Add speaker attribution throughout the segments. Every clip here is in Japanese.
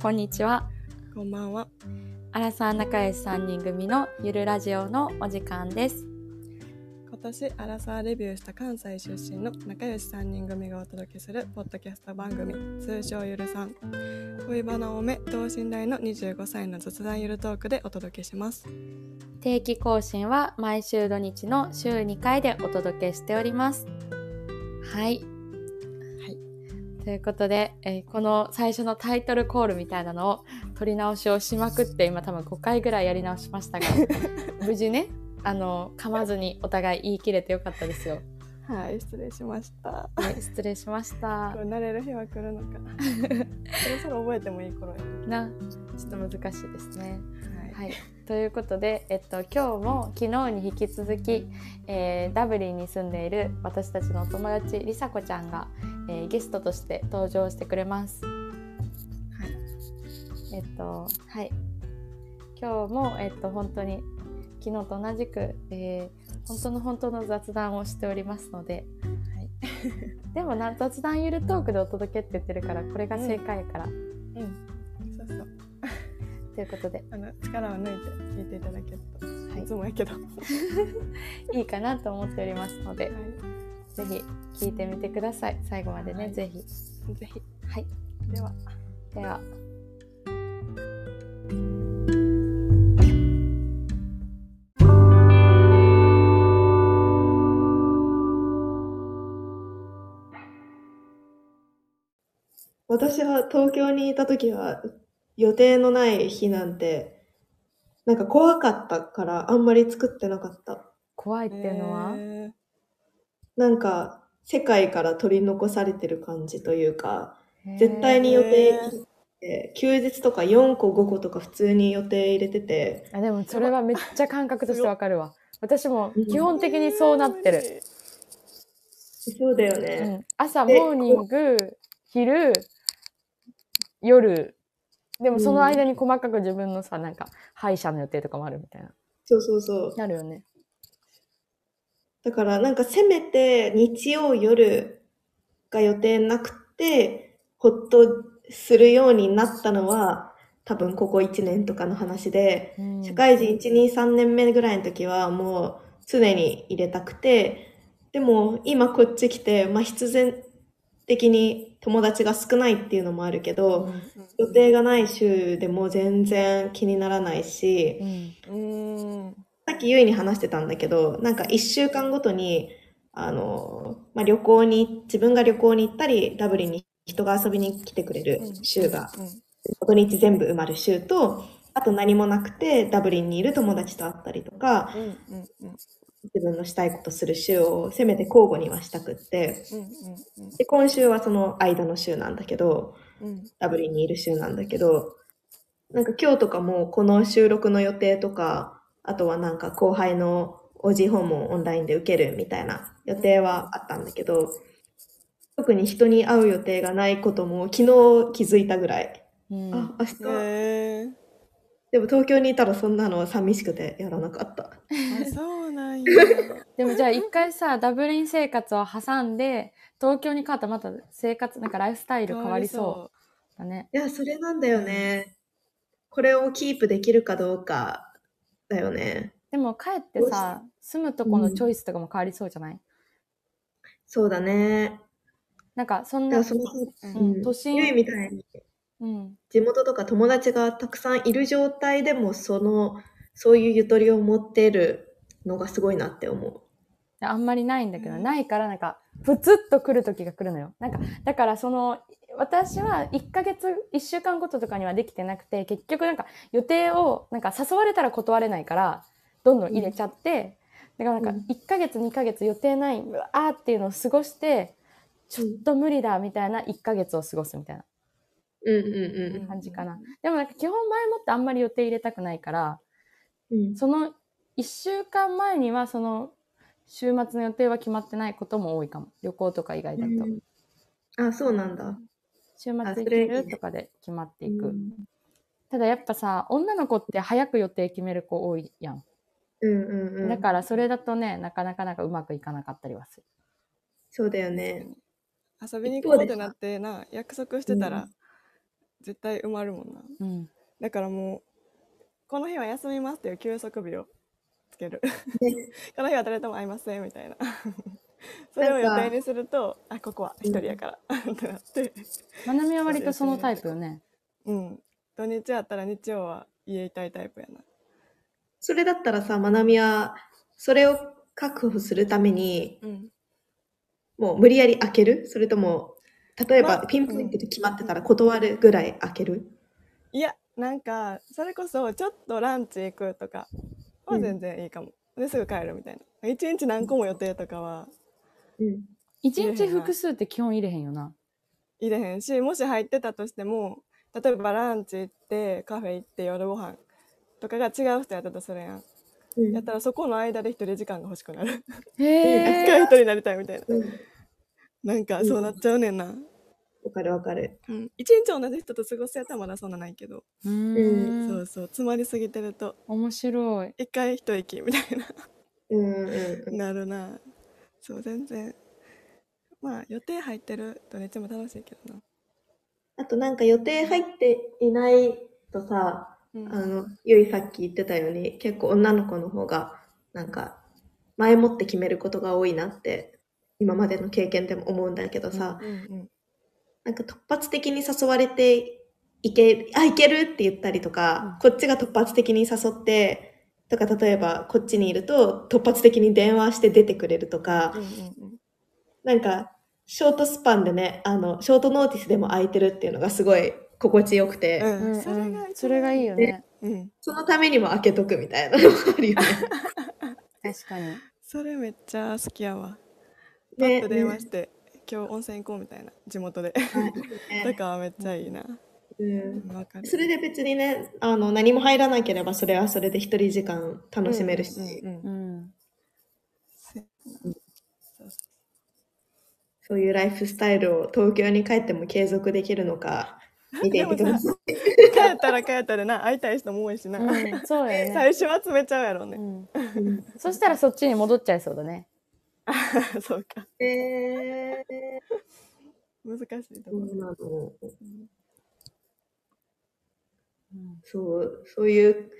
Speaker 1: こんにちは。
Speaker 2: こんばんは。
Speaker 1: アラサー仲良し3人組のゆるラジオのお時間です。
Speaker 2: 今年アラサーレビューした関西出身の仲良し3人組がお届けするポッドキャスト番組通称ゆるさん恋バナ多め等身大の25歳の雑談ゆるトークでお届けします
Speaker 1: 定期更新は毎週土日の週2回でお届けしております。はい。
Speaker 2: はい
Speaker 1: ということで、えーこの最初のタイトルコールみたいなのを取り直しをしまくって今多分5回ぐらいやり直しま したが無事ねあの噛まずにお互い言い切れてよかったですよ。
Speaker 2: はい失礼しました
Speaker 1: ね、失礼しました
Speaker 2: こ。れ慣れる日は来るのかそろそろ覚えてもいい頃や
Speaker 1: なちょっと難しいですね。
Speaker 2: は
Speaker 1: はい、ということで、えっと、今日も昨日に引き続き、えーダブリンに住んでいる私たちのお友達りさこちゃんが、えーゲストとして登場してくれます。えっとはい、今日も、えっと、本当に昨日と同じく、えー本当の本当の雑談をしておりますので、はい、 でもな雑談ゆるトークでお届けって言ってるからこれが正解やから、
Speaker 2: うんそうそう
Speaker 1: ということで
Speaker 2: あの力を抜いて聞いていただけると、
Speaker 1: い
Speaker 2: い、つもやけど、はい
Speaker 1: いいかなと思っておりますので。ぜひ聞いてみてください。最後までね、
Speaker 2: はい
Speaker 1: ぜひ。
Speaker 2: い、ぜひ
Speaker 1: はい、
Speaker 2: では
Speaker 1: では。
Speaker 3: 私は東京にいた時は予定のない日なんてなんか怖かったからあんまり作ってなかった
Speaker 1: 怖いっていうのは、
Speaker 2: え
Speaker 3: なんか世界から取り残されてる感じというか
Speaker 1: へー
Speaker 3: 絶対に予
Speaker 2: へー
Speaker 3: 定入れて休日とか4個5個とか普通に予定入れてて
Speaker 1: あでもそれはめっちゃ感覚としてわかるわ。私も
Speaker 3: うん
Speaker 1: 基
Speaker 2: ー
Speaker 1: 本的にそうなってる。
Speaker 3: そうだよ
Speaker 1: う
Speaker 3: ね、
Speaker 1: ん、朝、
Speaker 3: で
Speaker 1: モーニング、昼、夜。でもその間に細かく自分のさ、なんか歯医者の予定とかもあるみたいな。
Speaker 3: そうそうそう
Speaker 1: なるよね。
Speaker 3: だからなんかせめて日曜夜が予定なくてほっとするようになったのは多分ここ1年とかの話で
Speaker 1: うん
Speaker 3: 社会人123年目ぐらいの時はもう常に入れたくてでも今こっち来て、まあ、必然的に友達が少ないっていうのもあるけど予定がない週でも全然気にならないし
Speaker 1: うん
Speaker 2: うん
Speaker 3: さっきゆいに話してたんだけど、なんか一週間ごとに、あの、まあ、旅行に、自分が旅行に行ったり、ダブリンに人が遊びに来てくれる週が、土日全部埋まる週と、あと何もなくて、ダブリンにいる友達と会ったりとか、
Speaker 2: うんうんうん
Speaker 3: 自分のしたいことする週を、せめて交互にはしたくって、
Speaker 2: うんうんうん
Speaker 3: で、今週はその間の週なんだけど、
Speaker 2: うん
Speaker 3: ダブリンにいる週なんだけど、なんか今日とかもこの収録の予定とか、あとはなんか後輩の OG 訪問をオンラインで受けるみたいな予定はあったんだけど、特に人に会う予定がないことも昨日気づいたぐらい。
Speaker 1: うん
Speaker 3: あ、明日、
Speaker 2: へえ
Speaker 3: でも東京にいたらそんなのは寂しくてやらなかった。
Speaker 2: あそうなんや。
Speaker 1: でもじゃあ一回さ、ダブリン生活を挟んで、東京に変わったらまた生活、なんかライフスタイル変わりそうだね。
Speaker 3: いや、それなんだよね。これをキープできるかどうかだよね。
Speaker 1: でも帰ってさ、住むとこのチョイスとかも変わりそうじゃない、
Speaker 3: そうだね。
Speaker 1: なんかそん
Speaker 3: い
Speaker 1: な
Speaker 3: や、、その、
Speaker 1: う
Speaker 2: うん
Speaker 3: うん
Speaker 1: 都心、
Speaker 3: ゆいみたいに
Speaker 1: うん、
Speaker 3: 地元とか友達がたくさんいる状態でもそのそういうゆとりを持ってるのがすごいなって思う。
Speaker 1: あんまりないんだけど、
Speaker 2: うん
Speaker 1: ないからなんか、プツッと来る時が来るのよ。なんか、だからその、私は1ヶ月、1週間ごととかにはできてなくて、結局なんか予定を、なんか誘われたら断れないから、どんどん入れちゃって、だからなんか1ヶ月、2ヶ月予定ない、うわーっていうのを過ごして、ちょっと無理だみたいな1ヶ月を過ごすみたいな
Speaker 3: うんうん
Speaker 1: 感じかな。でもなんか基本前もってあんまり予定入れたくないから、
Speaker 3: うん。うん、
Speaker 1: その1週間前にはその週末の予定は決まってないことも多いかも旅行とか以外だと、
Speaker 3: あそうなんだ。
Speaker 1: 週末
Speaker 3: あ
Speaker 1: 行
Speaker 3: そ
Speaker 1: け
Speaker 3: れいいね
Speaker 1: るとかで決まっていく、
Speaker 3: うん
Speaker 1: ただやっぱさ女の子って早く予定決める子多いやん、
Speaker 3: うんうん。
Speaker 1: だからそれだとねなかなかなんかうまくいかなかったりはする
Speaker 3: そうだよね。
Speaker 2: 遊びに行こうってなってな約束してたら、絶対埋まるもんな
Speaker 1: うん。
Speaker 2: だからもうこの日は休みますっていう休息日をつけるこの日は誰とも会いませんみたいなそれを予定にするとあここは一人やからってなって
Speaker 1: まなみは割とそのタイプよね。
Speaker 2: うん土日やったら日曜は家いたいタイプやな
Speaker 3: それだったらさ、まなみは、それを確保するために、
Speaker 2: うん
Speaker 3: もう無理やり開けるそれとも、例え
Speaker 2: ま
Speaker 3: ば
Speaker 2: あ
Speaker 3: ピンポイントで決まってたら断るぐらい開ける
Speaker 2: いやなんかそれこそちょっとランチ行くとかは全然いいかも、ですぐ帰るみたいな一日何個も予定とかは
Speaker 3: うん。
Speaker 1: 一日複数って基本入れへんよな。
Speaker 2: 入れへんしもし入ってたとしても例えばランチ行ってカフェ行って夜ご飯とかが違う人やったとするやん、
Speaker 3: うん
Speaker 2: やったらそこの間で一人時間が欲しくなる一
Speaker 1: へ
Speaker 2: 回 一
Speaker 1: え。
Speaker 2: 人になりたいみたいな
Speaker 3: うん
Speaker 2: なんかそうなっちゃうねんな、
Speaker 3: わかるわかる。
Speaker 2: うん、一日同じ人と過ごすやったらまだそんなないけど、
Speaker 1: う
Speaker 2: そ
Speaker 1: ーん。
Speaker 2: うそう詰まりすぎてると
Speaker 1: 面白い。
Speaker 2: 一回一息みたいな
Speaker 3: うんうん
Speaker 2: なるなそう全然まあ予定入ってる土日も楽しいけどな、
Speaker 3: あとなんか予定入っていないとさ、
Speaker 2: うん
Speaker 3: あの、ゆいさっき言ってたように、結構女の子の方が、なんか、前もって決めることが多いなって、今までの経験でも思うんだけどさ、
Speaker 2: うんうん
Speaker 3: なんか突発的に誘われて、いけ、あ、いけるって言ったりとか、こっちが突発的に誘って、とか、例えばこっちにいると、突発的に電話して出てくれるとか
Speaker 2: うんう、ん
Speaker 3: なんか、ショートスパンでね、あの、ショートノーティスでも空いてるっていうのがすごい心地よくて、
Speaker 2: うん
Speaker 1: うん
Speaker 2: う
Speaker 1: うん
Speaker 2: んそれが一番
Speaker 1: それがいいよね。
Speaker 2: うん
Speaker 3: そのためにも開けとくみたいなのもあるよ
Speaker 1: 確かに。
Speaker 2: それめっちゃ好きやわ。 パ
Speaker 3: ね。
Speaker 2: ッと電話して、今日温泉行こうみたいな地元で。と
Speaker 3: ね
Speaker 2: かはめっちゃいいな。
Speaker 3: うん
Speaker 2: わかる。
Speaker 3: それで別にね、あの、何も入らなければそれはそれで一人時間楽しめるし、
Speaker 2: うんうんう
Speaker 1: うんん。
Speaker 2: せそうそ
Speaker 3: そういうライフスタイルを東京に帰っても継続できるのか、見ていてください。
Speaker 2: う帰ったら帰ったでな、会いたい人も多いしな。
Speaker 1: うん、そう やね。
Speaker 2: 最初は詰めちゃうやろ
Speaker 1: う
Speaker 2: うね。
Speaker 1: ん。そしたらそっちに戻っちゃいそうだね。
Speaker 2: そうか。
Speaker 3: え
Speaker 2: 難しいと
Speaker 3: そ
Speaker 2: こ
Speaker 3: う
Speaker 2: ろ。
Speaker 3: なの
Speaker 1: うん
Speaker 3: そう、そういう、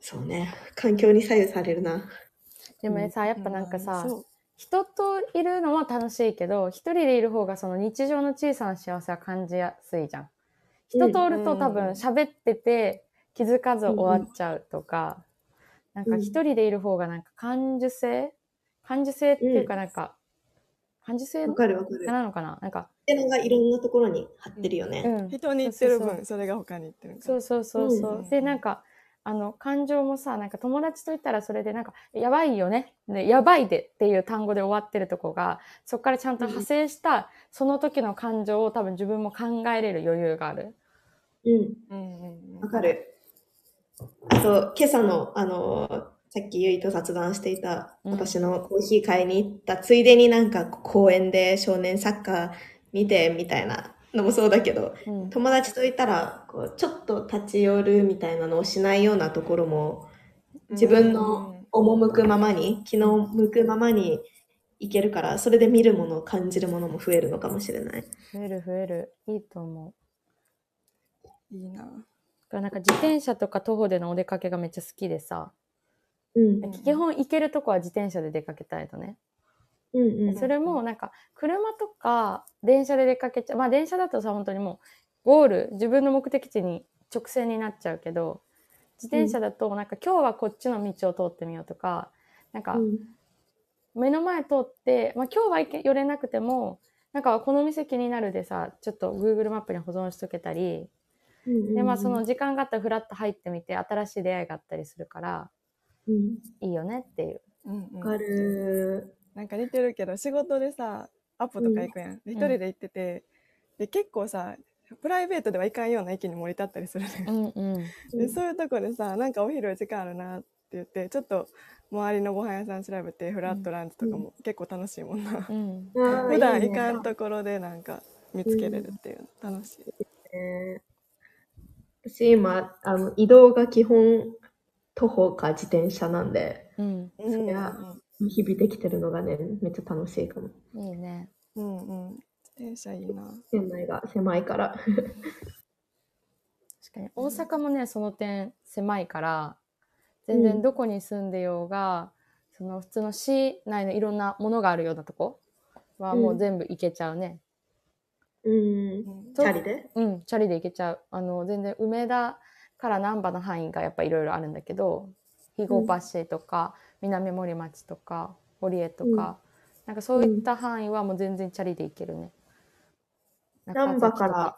Speaker 3: そうね、環境に左右されるな。
Speaker 1: でもねさ、やっぱなんかさ、
Speaker 2: そう
Speaker 1: 人といるのは楽しいけど、一人でいる方がその日常の小さな幸せは感じやすいじゃん。人とおると多
Speaker 2: うん
Speaker 1: 分喋ってて気づかず終わっちゃうとか、なんか一人でいる方がなんか感受性感受性っていうかなんか、感受性
Speaker 3: わ
Speaker 1: の
Speaker 3: かるわかる。
Speaker 1: なのかななんか、
Speaker 3: ってのがいろんなところに張ってるよね。
Speaker 1: うん。
Speaker 2: 人に言って
Speaker 1: そ
Speaker 2: る
Speaker 1: うそうそ
Speaker 2: 分、それが他に言ってるんか
Speaker 1: そうそうそうそう。
Speaker 2: うん
Speaker 1: で、なんか、あの、感情もさ、なんか友達と言ったらそれでなんか、やばいよね。で、やばいでっていう単語で終わってるとこが、そこからちゃんと派生した、その時の感情を多分自分も考えれる余裕がある。
Speaker 3: うん、
Speaker 2: うんうんうん
Speaker 3: わか。る。あと、今朝の、あのー、さっきゆいと雑談していた、
Speaker 1: うん
Speaker 3: 私のコーヒー買いに行った、ついでになんか公園で少年サッカー見てみたいなのもそうだけど、
Speaker 1: うん。
Speaker 3: 友達といたら、こう、ちょっと立ち寄るみたいなのをしないようなところも、自分の赴くままに、気の向くままに行けるから、それで見るもの、感じるものも増えるのかもしれない。
Speaker 1: 増える増える。いいと思う。
Speaker 2: いいな。
Speaker 1: だからなんか自転車とか徒歩でのお出かけがめっちゃ好きでさ、
Speaker 3: うん、
Speaker 2: うん
Speaker 1: 基本行けるとこは自転車で出かけたいのね。
Speaker 3: うん、うん。
Speaker 1: それもなんか車とか電車で出かけちゃうまあ電車だとさ本当にもうゴール自分の目的地に直線になっちゃうけど自転車だとなんか今日はこっちの道を通ってみようとかなんか
Speaker 3: うん
Speaker 1: 目の前通って、まあ、今日は行け寄れなくてもなんかこの店気になるでさちょっと Google マップに保存しとけたり
Speaker 3: うんうんうん
Speaker 1: でまあその時間があったらふらっと入ってみて新しい出会いがあったりするから
Speaker 3: うん
Speaker 1: いいよねっていう。
Speaker 2: うんうん
Speaker 3: わかる。
Speaker 2: なんか似てるけど仕事でさアポとか行くやん、で一人で行ってて、で結構さプライベートでは行かんような駅にも降り立ったりするね、
Speaker 1: うんうん
Speaker 2: でそういうとこでさなんかお昼時間あるなって言ってちょっと周りのご飯屋さん調べてフラットランチとかも結構楽しいもんな、
Speaker 1: うん
Speaker 3: あー
Speaker 2: 普段
Speaker 3: いい
Speaker 2: 行
Speaker 3: ね
Speaker 2: かんところでなんか見つけれるっていうの楽しい、
Speaker 3: ね私今あの、移動が基本徒歩か自転車なんで、
Speaker 1: うん
Speaker 2: うん
Speaker 3: そりゃ日々できてるのがね、めっちゃ楽しいかも。
Speaker 1: いいね。
Speaker 2: うんうん自転車いいな
Speaker 3: 店内が狭いから。
Speaker 1: かに大阪もねその点狭いから全然どこに住んでようが、その普通の市内のいろんなものがあるようなとこはもう全部行けちゃうね。
Speaker 3: うん。チャリで
Speaker 1: うん、チャリで行けちゃう。あの、全然梅田から難波の範囲がやっぱいろいろあるんだけど、肥後橋とか、南森町とか、堀江とか、
Speaker 3: うん
Speaker 1: なんかそういった範囲はもう全然チャリで行けるね。
Speaker 3: 難波から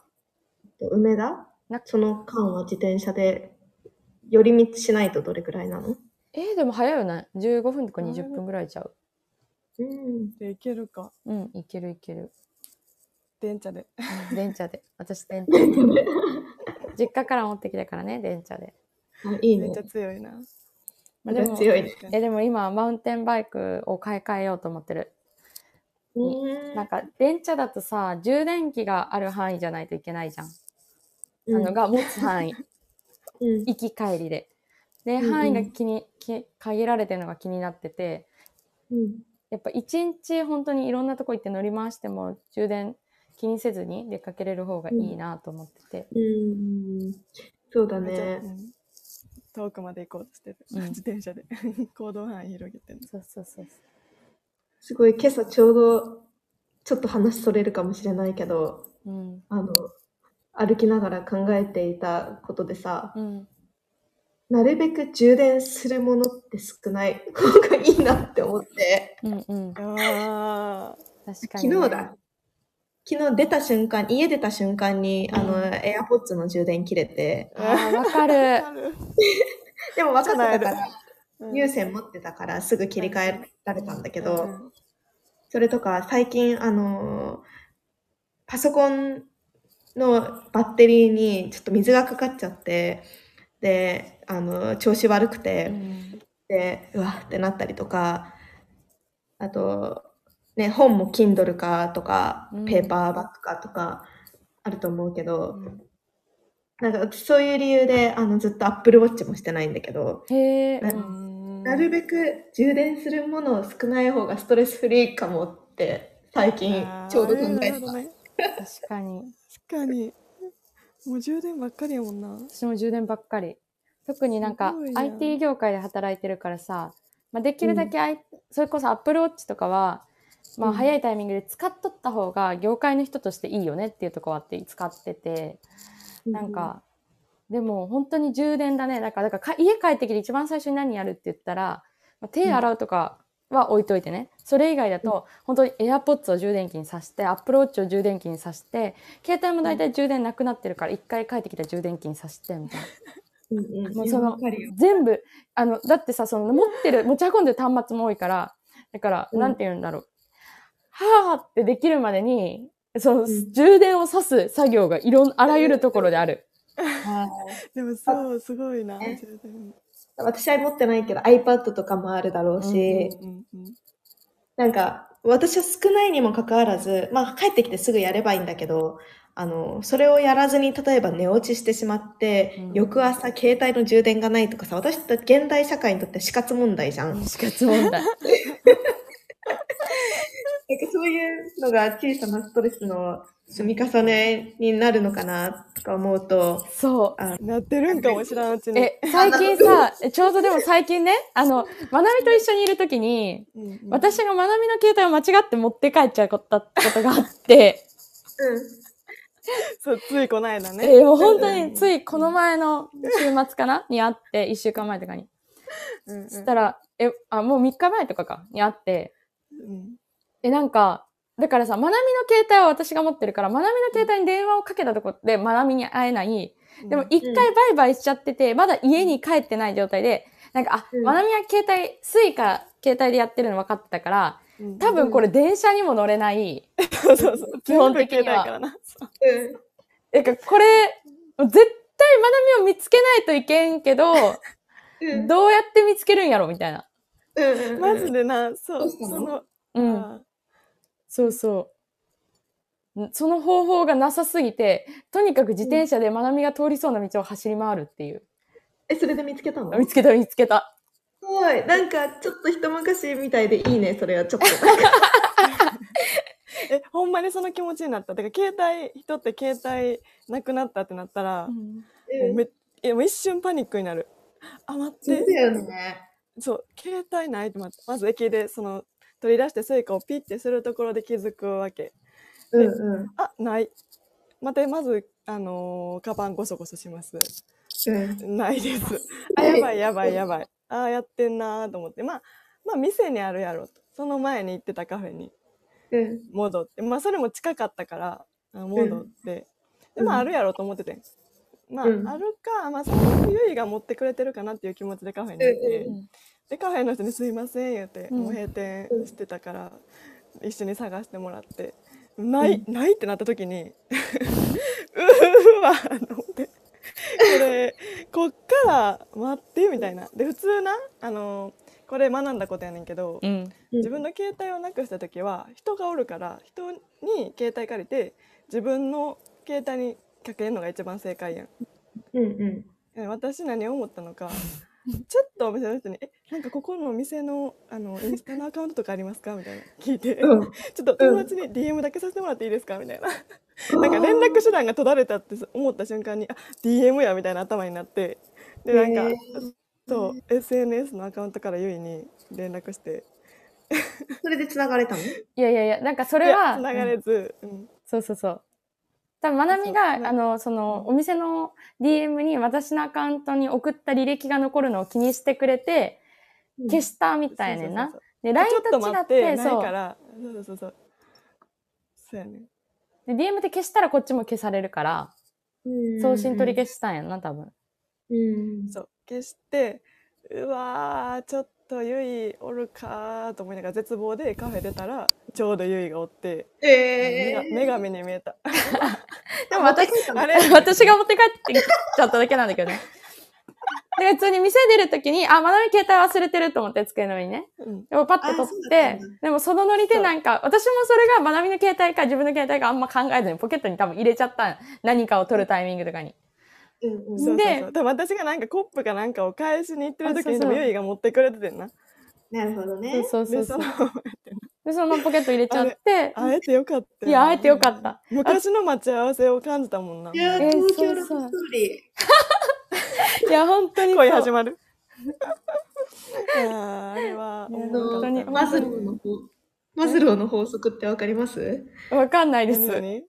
Speaker 3: 梅田
Speaker 1: な
Speaker 3: その間は自転車で寄り道しないとどれくらいなの
Speaker 1: えー、でも早いよね。15分とか20分ぐらいちゃう。
Speaker 3: うん。
Speaker 2: で行けるか
Speaker 1: うん、行ける行ける。
Speaker 2: 電車で
Speaker 1: うん電車で。私、電車で。実家から持ってきたからね、電車で。
Speaker 3: あいい
Speaker 2: 電
Speaker 3: ね
Speaker 2: 車。強いな、
Speaker 1: まあでも
Speaker 3: 強いね
Speaker 2: 確かに
Speaker 1: え、でも今、マウンテンバイクを買い替えようと思ってる。
Speaker 3: うん
Speaker 1: なんか電車だとさ充電器がある範囲じゃないといけないじゃん、
Speaker 3: うん
Speaker 1: あのが持つ範囲
Speaker 3: うん
Speaker 1: 行き帰りでで
Speaker 3: んうん
Speaker 1: 範囲が気に、き限られてるのが気になってて
Speaker 3: うん
Speaker 1: やっぱ一日本当にいろんなとこ行って乗り回しても充電気にせずに出かけれる方がいいなと思ってて、
Speaker 3: うん。そうだ
Speaker 2: めちゃ
Speaker 3: ね
Speaker 2: う。ん遠くまで行こうとしてる、
Speaker 1: うん
Speaker 2: 自転車で 行動範囲広げてる
Speaker 1: そうそうそうそう
Speaker 3: すごい、今朝ちょうど、ちょっと話それるかもしれないけど、
Speaker 1: うん
Speaker 3: あの、歩きながら考えていたことでさ、
Speaker 1: うん、
Speaker 3: なるべく充電するものって少ない方がいいなって思って、
Speaker 1: うんうん
Speaker 2: あ
Speaker 1: 確かにね、
Speaker 3: 昨日だ。昨日出た瞬間、家出た瞬間に、あの、AirPods の充電切れて、
Speaker 1: あーわか
Speaker 2: あ
Speaker 1: る
Speaker 3: でも分かってたから、有
Speaker 2: ス
Speaker 3: 線持ってたからすぐ切り替えられたんだ
Speaker 2: け
Speaker 3: けど、それとか最近あのパソコンのバッテリーにちょっと水がかかっちゃってであの調子悪くて、
Speaker 1: うん
Speaker 3: でうわってなったりとかあと、ね、本も Kindle かとか
Speaker 1: うん
Speaker 3: ペーパーバッグかとかあると思うけど、なんかそういう理由であのずっと Apple Watch もしてないんだけど、
Speaker 1: へえ、う
Speaker 3: な
Speaker 1: ん
Speaker 3: なるべく充電するもの少ない方がストレスフリーかもって最近ちょうど考えてた。
Speaker 1: 確かに
Speaker 2: 確かにもう充電ばっかりやもんな
Speaker 1: 私も充電ばっかり。特になんか
Speaker 2: すごいな
Speaker 1: IT 業界で働いてるからさ、まあ、できるだけ、I それこそ Apple Watch とかは、ま
Speaker 3: う
Speaker 1: あ、
Speaker 3: ん
Speaker 1: 早いタイミングで使っとった方が業界の人としていいよねっていうところはあって使ってて、なんか、でも本当に充電だね。だからだからか家帰ってきて一番最初に何やるって言ったら、まあ、手洗うとかは置いといてね。それ以外だと、本当に AirPods を充電器に挿して、Apple Watch を充電器に挿して、携帯も大体充電なくなってるから、一回帰ってきたら充電器に挿して、みたいな。
Speaker 3: うんうん、
Speaker 1: もう
Speaker 3: いや
Speaker 1: その
Speaker 3: わかるよ
Speaker 1: 全部あのだってさその持ってる持ち運んでる端末も多いからだから、
Speaker 3: うん
Speaker 1: なんて言うんだろうはあってできるまでにその、
Speaker 3: ん
Speaker 1: 充電をさす作業がいろんあらゆるところである、
Speaker 2: でもそうすごいな
Speaker 3: ね
Speaker 2: 充電
Speaker 3: 私は持ってないけど iPad とかもあるだろうし、
Speaker 2: うんうん
Speaker 3: なんか私は少ないにもかかわらず、まあ、帰ってきてすぐやればいいんだけどあのそれをやらずに例えば寝落ちしてしまって、
Speaker 1: うん
Speaker 3: 翌朝携帯の充電がないとかさ私って現代社会にとって死活問題じゃん。
Speaker 1: 死活問題
Speaker 3: なんかそういうのが小さなストレスの積み重ねになるのかなとか思うと、
Speaker 1: そう
Speaker 2: うんなってるんかもしらんうちに
Speaker 1: え最近さえちょうどでも最近ねあのまなみと一緒にいる時に
Speaker 2: うんうん
Speaker 1: 私がまなみの携帯を間違って持って帰っちゃうことことがあって
Speaker 2: そうついこないだね
Speaker 1: えーもう本当についこの前の週末かなにあって1週間前とかに
Speaker 2: うんうん
Speaker 1: そしたら、え、あ、もう3日前とかか、に会って、
Speaker 2: うん
Speaker 1: え、なんか、だからさ、まなみの携帯は私が持ってるから、まなみの携帯に電話をかけたとこで、まなみに会えない。でも、一回バイバイしちゃってて、まだ家に帰ってない状態で、なんか、あ
Speaker 3: う、ん
Speaker 1: まなみは携帯、スイカ携帯でやってるの分かってたから、
Speaker 2: うん
Speaker 1: 多分これ電車にも乗れない。
Speaker 2: そうそうそう
Speaker 1: 基本的には
Speaker 2: 全部携帯からなそう
Speaker 1: なんか、これ、絶対まなみを見つけないといけんけど、
Speaker 3: うん。うん。
Speaker 1: どうやって見つけるんやろみたいな。
Speaker 3: うんうん。
Speaker 2: マジでなそ
Speaker 3: ど
Speaker 2: う
Speaker 3: うしたの
Speaker 2: その
Speaker 1: うん。
Speaker 2: あ
Speaker 1: そうそう。んその方法がなさすぎて、とにかく自転車でまなみが通りそうな道を走り回るっていう。
Speaker 3: え、それで見つけたの
Speaker 1: 見つけた見つけた。
Speaker 3: すごい。なんか、ちょっと一昔みたいでいいね、それはちょっと。
Speaker 2: ーえほんまにその気持ちになったてか携帯人って携帯なくなったってなったら、
Speaker 1: うん
Speaker 2: もうめいやもう一瞬パニックになるあ待っ
Speaker 3: そう
Speaker 2: て
Speaker 3: だよね。
Speaker 2: そう携帯ないってままず駅でその取り出してスイカをピッてするところで気づくわけ
Speaker 3: うんうん。
Speaker 2: あないまたまずあのーカバンゴソゴソします
Speaker 3: うん
Speaker 2: ないですあやばいやばいやばいあーやってんなーと思ってまあまあ店にあるやろとその前に行ってたカフェに
Speaker 3: うん
Speaker 2: 戻ってまあそれも近かったからあ戻って、
Speaker 3: う
Speaker 2: で
Speaker 3: ん
Speaker 2: まああるやろと思ってて、まあ、
Speaker 3: うん
Speaker 2: あるかまあそのゆいが持ってくれてるかなっていう気持ちでカフェに行って、
Speaker 3: うん
Speaker 1: うん
Speaker 2: でカフェの人に「すいません」言うて、
Speaker 1: うん
Speaker 2: もう閉店してたから一緒に探してもらって「ない、ない」ってなった時に 「うーわ」と思って。これこっから待ってみたいなで普通なあのこれ学んだことやねんけど、
Speaker 1: うん。
Speaker 2: 自分の携帯をなくした時は人がおるから人に携帯借りて自分の携帯にかけるのが一番正解やん
Speaker 3: うんうん。
Speaker 2: え私何を思ったのかちょっとお店の人に「えなんかここのお店のあのインスタのアカウントとかありますか?」みたいな聞いて「
Speaker 3: うん
Speaker 2: ちょっと友達に DM だけさせてもらっていいですか?」みたいななんか連絡手段が途絶れたって思った瞬間に「あ DM や」みたいな頭になってでなんか、
Speaker 3: へえ
Speaker 2: そう SNS のアカウントからゆいに連絡して
Speaker 3: それで繋がれたの
Speaker 1: いやいやいや、なんかそ
Speaker 2: そ
Speaker 1: れは、
Speaker 2: つながれず、うん
Speaker 1: そうそうそう。多分、まなみ
Speaker 2: そう
Speaker 1: が、
Speaker 2: ま
Speaker 1: あの、その、お店の DM に私のアカウントに送った履歴が残るのを気にしてくれて、消したみたいねんな
Speaker 2: そうそう。
Speaker 1: で、LINE
Speaker 2: そうそうちょっと
Speaker 1: と違
Speaker 2: 待
Speaker 1: っ
Speaker 2: って
Speaker 1: て、
Speaker 2: ない
Speaker 1: そう
Speaker 2: か。らそうそうそうそうそうやね
Speaker 1: で DM って消したらこっちも消されるから、送信取り消したんやんな、多分。
Speaker 3: うん。
Speaker 2: そう消してうわーちょっとゆいおるかーと思いながら絶望でカフェ出たらちょうどゆいがおって、
Speaker 3: えー。
Speaker 2: 女神に見 えた
Speaker 3: でも私、
Speaker 2: あれ
Speaker 1: 私が持って帰ってきちゃっただけなんだけどね。で、普通に店出るときに、あ、まなみ携帯忘れてると思って机の上にね。
Speaker 2: うん
Speaker 1: でもパッて
Speaker 3: あ
Speaker 1: 取っ
Speaker 3: そうだってたん、
Speaker 1: でもそのノリでなんか、私もそれがまなみの携帯か自分の携帯かあんま考えずにポケットに多分入れちゃったん何かを取るタイミングとかに。
Speaker 3: うんうん
Speaker 2: そうそう
Speaker 1: で
Speaker 2: そう多分私がなんかコップかなんかを返しに行ってる時
Speaker 1: あ
Speaker 2: に
Speaker 1: そうそう
Speaker 2: ゆいが持ってくれててんな
Speaker 3: なるほど
Speaker 1: そう
Speaker 3: ね。
Speaker 1: そうそう
Speaker 2: で
Speaker 1: そ
Speaker 2: そうの。
Speaker 1: で、そのままポケット入れちゃって、
Speaker 2: 会えてよかった
Speaker 1: いや、会えてよかった。
Speaker 2: 昔の待ち合わせを感じたもんない
Speaker 3: やー、
Speaker 1: えー
Speaker 3: 東京ロ
Speaker 1: そうそう
Speaker 3: ックストーリー。
Speaker 1: いや、本当にそう。
Speaker 2: 恋始まるいやーあれは
Speaker 3: あ
Speaker 2: 面白か
Speaker 3: の
Speaker 1: 本
Speaker 2: った
Speaker 1: 当に
Speaker 3: マズローの法マズローの法則ってわかります
Speaker 1: わかんないです。
Speaker 2: 何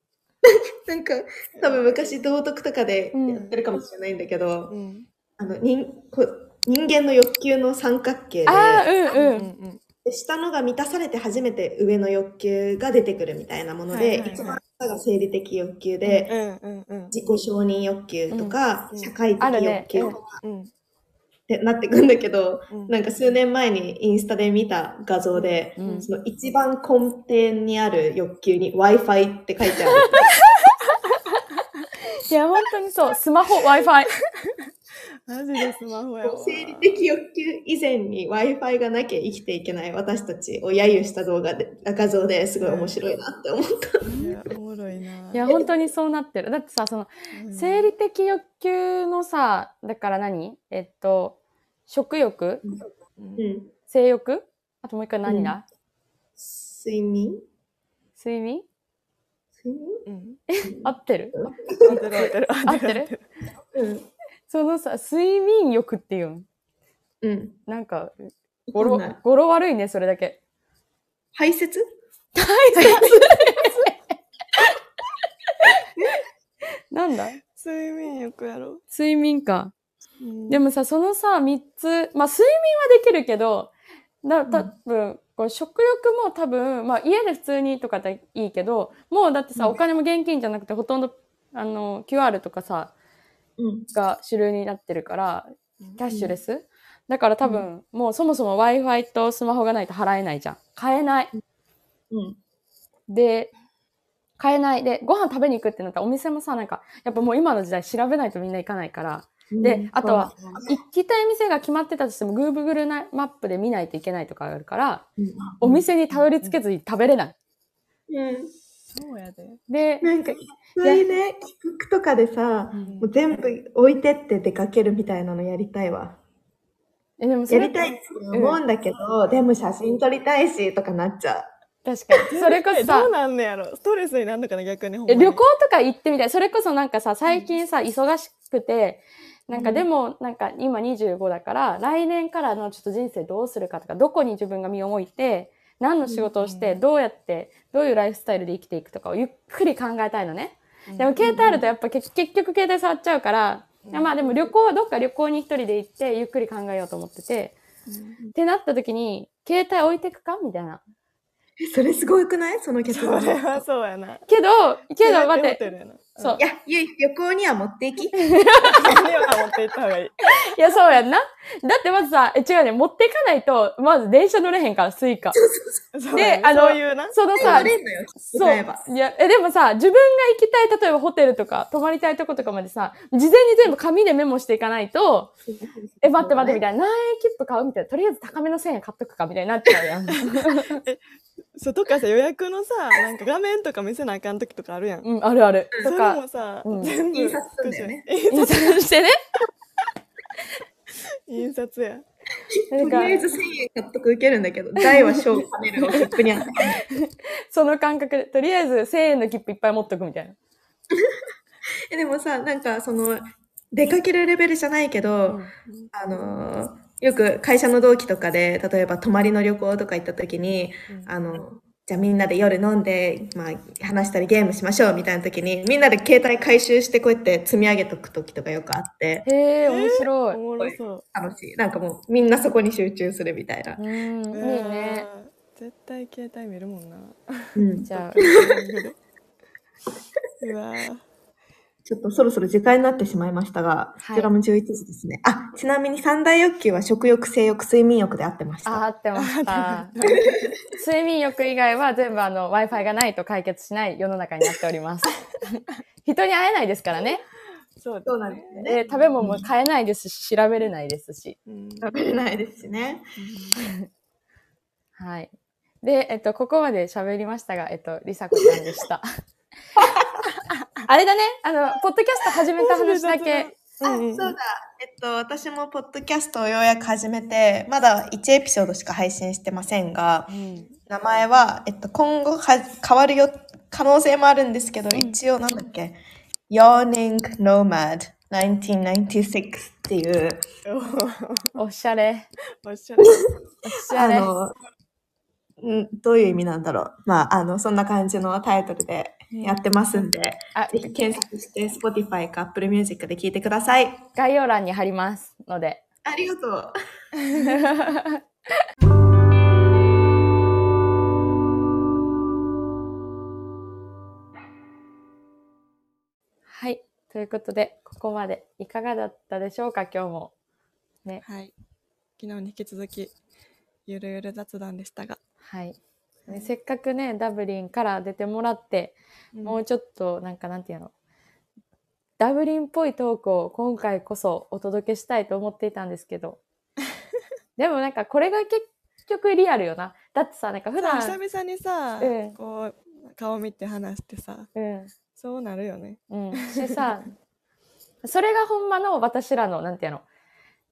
Speaker 3: なんか多分昔道徳とかで
Speaker 1: うん
Speaker 3: やってるかもしれないんだけど、
Speaker 2: うん
Speaker 3: あの人こ人間の欲求の三角形で
Speaker 1: ああ、うん
Speaker 2: うん
Speaker 1: う。
Speaker 2: うんん
Speaker 3: で下のが満たされて初めて上の欲求が出てくるみたいなもので、
Speaker 2: はいはいはい
Speaker 3: 一番下が生理的欲求で、
Speaker 2: うんうんうん
Speaker 3: 自己承認欲求とか、
Speaker 2: うんうん
Speaker 3: 社会
Speaker 1: ある
Speaker 3: 的
Speaker 1: ね
Speaker 3: 欲求
Speaker 1: う
Speaker 3: と
Speaker 1: ん
Speaker 3: か
Speaker 2: うん
Speaker 3: ってなってくんだけど、
Speaker 2: うん
Speaker 3: なんか数年前にインスタで見た画像で、
Speaker 1: うん
Speaker 3: その一番根底にある欲求に Wi-Fi って書いてある。
Speaker 1: いや、本当にそう。スマホ、Wi-Fi。
Speaker 2: マジでスマホやわ。
Speaker 3: 生理的欲求以前に Wi-Fi がなきゃ生きていけない私たちを揶揄した動画で、画像ですごい面白いなって思った。
Speaker 2: いやおもろいな。
Speaker 1: いや、本当にそうなってる。だってさ、その、
Speaker 2: うん
Speaker 1: 生理的欲求のさ、だから何えっと、食欲
Speaker 2: うん
Speaker 3: うん。
Speaker 1: 性欲あともう一回何だ、
Speaker 3: 睡眠
Speaker 1: 睡眠
Speaker 3: 睡眠
Speaker 2: うん
Speaker 1: 合ってる
Speaker 2: 合ってる合ってる
Speaker 1: 合ってる
Speaker 3: うん。
Speaker 1: そのさ、睡眠欲っていうん。
Speaker 3: うん。
Speaker 1: なんか、
Speaker 3: わ
Speaker 1: 語呂
Speaker 3: かんない、
Speaker 1: 語呂悪いね、それだけ。
Speaker 3: 排泄
Speaker 1: なんだ
Speaker 2: 睡眠欲やろ。
Speaker 1: 睡眠か。
Speaker 2: うん
Speaker 1: でもさ、そのさ、三つ、まあ、睡眠はできるけど、だ、多分、こう食欲も多分、まあ、家で普通にとかでいいけど、もうだってさ、
Speaker 3: うん
Speaker 1: お金も現金じゃなくて、ほとんど、あの、QR とかさ、
Speaker 3: うん。
Speaker 1: が主流になってるから、キャッシュレ
Speaker 3: ス。
Speaker 1: ス、だから多分、もうそもそも Wi-Fi とスマホがないと払えないじゃん。買えない。
Speaker 3: うん。
Speaker 1: で、買えない。で、ご飯食べに行くってなったらお店もさ、なんか、やっぱもう今の時代調べないとみんな行かないから、で
Speaker 3: うん
Speaker 1: あとは、行きたい店が決まってたとしても Google なマップで見ないといけないとかあるから、
Speaker 3: うん
Speaker 1: お店にたどり着けずに食べれない。
Speaker 3: うん。
Speaker 2: そうやで。
Speaker 1: で、
Speaker 3: なんか、きついね。帰国とかでさ、
Speaker 1: うん
Speaker 3: もう全部置いてって出かけるみたいなのやりたいわ。
Speaker 1: えでもそ
Speaker 3: や
Speaker 1: れ
Speaker 3: りたいって思うんだけど、でも写真撮りたいしとかなっちゃう。
Speaker 1: 確かに。それこそさ
Speaker 2: どう、なんねやろストレスになるのかな逆にほんま
Speaker 1: え
Speaker 2: に
Speaker 1: 旅行とか行ってみたい。それこそなんかさ、最近さ、忙しくて、なんかでも、なんか今25だから、来年からのちょっと人生どうするかとか、どこに自分が身を置いて、何の仕事をし
Speaker 2: うん
Speaker 1: て、
Speaker 2: うん
Speaker 1: どうやって、どういうライフスタイルで生きていくとかをゆっくり考えたいのね。
Speaker 2: うん
Speaker 1: でも携帯あるとやっぱ結結局携帯触っちゃうから、いやまあでも旅行、どっか旅行に一人で行って、ゆっくり考えようと思ってて、ってなった時に、携帯置いてくかみたいな。
Speaker 3: えそれすごくないその結
Speaker 2: そ
Speaker 3: 論。い
Speaker 2: れはそうやな
Speaker 1: けど、けど待っ
Speaker 2: 手
Speaker 1: て、
Speaker 2: 当ホテルやな
Speaker 1: そう
Speaker 2: うん
Speaker 3: や、ゆい、旅行には持っていき。
Speaker 2: 手には持って行った方がいい
Speaker 1: いや、そうやんな。だってまずさ、え違うね、持っていかないと、まず電車乗れへんから、スイカ。
Speaker 2: そうやな
Speaker 1: あの
Speaker 2: そういうな
Speaker 1: そのさ
Speaker 3: 乗、れんのよ、
Speaker 1: そ
Speaker 3: 使えば。
Speaker 1: う。いや、え、でもさ、自分が行きたい、例えばホテルとか、泊まりたいとことかまでさ、事前に全部紙でメモしていかないと、え、待って待って、み
Speaker 3: た
Speaker 1: た
Speaker 3: い
Speaker 1: いな。何円切符買うみたいな。とりあえず高めの1000円買っとくか、みたいになっちゃうやん。
Speaker 2: そうとかさ予約のさなんか画面とか見せなあかん時とかあるやん
Speaker 1: うん、あるある。
Speaker 2: そ
Speaker 1: と
Speaker 2: れ
Speaker 1: か、
Speaker 2: もさ
Speaker 1: うん
Speaker 2: 全部
Speaker 3: 印刷すんだよね
Speaker 2: 印
Speaker 1: 印刷してね。
Speaker 2: 印刷や
Speaker 1: な
Speaker 3: と
Speaker 1: ん
Speaker 3: り
Speaker 1: か
Speaker 3: あ、えず1000円買っとく受けるんだけど、台は小パネルの切符にあ った。
Speaker 1: その感覚で、とりあえず1000円の切符いっぱい持っとくみたいな。
Speaker 3: えでもさ、なんかその、出かけるレベルじゃないけど、あのーよく会社の同期とかで、例えば泊まりの旅行とか行った時に、あの、じゃあみんなで夜飲んで、まあ話したりゲームしましょうみたいな時に、みんなで携帯回収してこうやって積み上げとく時とかよくあって、
Speaker 1: へえ、面白
Speaker 2: お
Speaker 1: い。
Speaker 2: もろそう
Speaker 3: 楽しい。なんかもうみんなそこに集中するみたいな
Speaker 1: う。ん、いいね。
Speaker 2: うん絶対携帯見るもんな
Speaker 3: うん。
Speaker 1: じゃあ、
Speaker 2: うわー
Speaker 3: ちょっとそろそろ時間になってしまいました
Speaker 1: は
Speaker 3: が、
Speaker 1: い
Speaker 3: こちらも11時ですね。あ、ちなみに三大欲求は食欲、性欲、睡眠欲で合ってまし
Speaker 1: あ、
Speaker 3: た。
Speaker 1: 合ってました
Speaker 2: あ。
Speaker 1: 睡眠欲以外は全部あの Wi-Fi がないと解決しない世の中になっております。人に会えないですからね。
Speaker 2: そう
Speaker 3: そうなんですよね。
Speaker 1: で食べ物も買えないですし、調べれないですし。
Speaker 2: うん
Speaker 3: 食べれないですしね。
Speaker 1: はい。で、えっと、ここまで喋りましたが、えっと、りさこさんでした。あれだね、あの、ポッドキャスト始めた話だけ。
Speaker 3: あ、そうだ。えっと、私もポッドキャストをようやく始めて、まだ1エピソードしか配信してませんが、
Speaker 1: うん、
Speaker 3: 名前は、えっと、今後は変わるよ、可能性もあるんですけど、一応なんだっけ、Yawning Nomad 1996っていう、
Speaker 1: おしゃれ。
Speaker 2: おっしゃる
Speaker 1: おしゃ
Speaker 3: あ
Speaker 1: れ。
Speaker 3: の、うんどういう意味なんだろう。まあ、あの、そんな感じのタイトルでやってますんで、
Speaker 1: あ
Speaker 3: ぜひ検索して、Spotify か Apple Music で聞いてください。
Speaker 1: 概要欄に貼りますので。
Speaker 3: ありがとう。
Speaker 1: はい。ということで、ここまでいかがだったでしょうか、今日も。
Speaker 2: はい昨日に引き続きゆるゆる雑談でしたが
Speaker 1: はい。ねせっかくね、ダブリンから出てもらって、もうちょっと、なんか、なんていうの、ダブリンっぽいトークを今回こそお届けしたいと思っていたんですけ ど。でもなんか、これが結局リアルよな。だってさ、なんか普段、
Speaker 2: 久々にさ、
Speaker 1: ええ
Speaker 2: こう顔見て話してさ
Speaker 1: うん。
Speaker 2: そうなるよね
Speaker 1: うん、しさそれがほんまの私らのなんていうの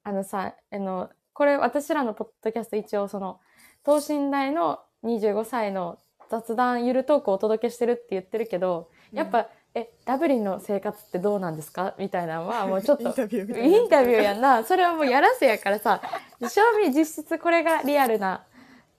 Speaker 1: あのさあのこれ私らのポッドキャスト一応その等身大の25歳の雑談ゆるトークをお届けしてるって言ってるけどやっぱ、えダブリンの生活ってどうなんですかみたいなの はもうちょっ
Speaker 2: イン
Speaker 1: と
Speaker 2: タビューみたいな
Speaker 1: インタビューやんなそれはもうやらせやからさ正味実質これがリアルな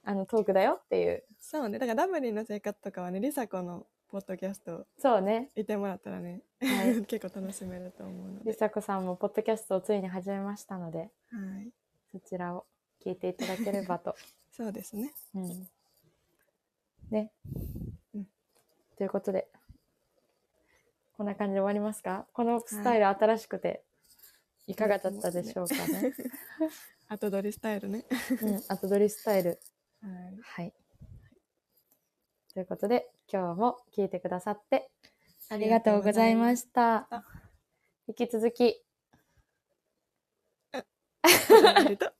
Speaker 1: あのトークだよっていう
Speaker 2: そうねだからダブリンの生活とかはねりさこのポッドキャスト
Speaker 1: そうね
Speaker 2: いてもらったらね、
Speaker 1: はい
Speaker 2: 結構楽しめると思うので
Speaker 1: りさこさんもポッドキャストをついに始めましたので
Speaker 2: はい
Speaker 1: そちらを聞いていただけれ ばと。
Speaker 2: そうですね
Speaker 1: うん、ね、
Speaker 2: うん
Speaker 1: ということで、こんな感じで終わりますかこのスタイル新しくて、いかがだったでしょうかね。
Speaker 2: 後取りスタイル ね
Speaker 1: うん、後取りスタイル。
Speaker 2: はい
Speaker 1: はい。ということで、今日も聞いてくださってありがとうございました
Speaker 2: あ。
Speaker 1: 引き続き、
Speaker 2: と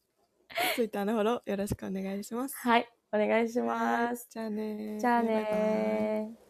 Speaker 2: Twitter のフォローよろしくお願いします。
Speaker 1: はい、お願いします。
Speaker 2: じゃあねー。
Speaker 1: じゃあ
Speaker 2: バイバイ
Speaker 1: ねー。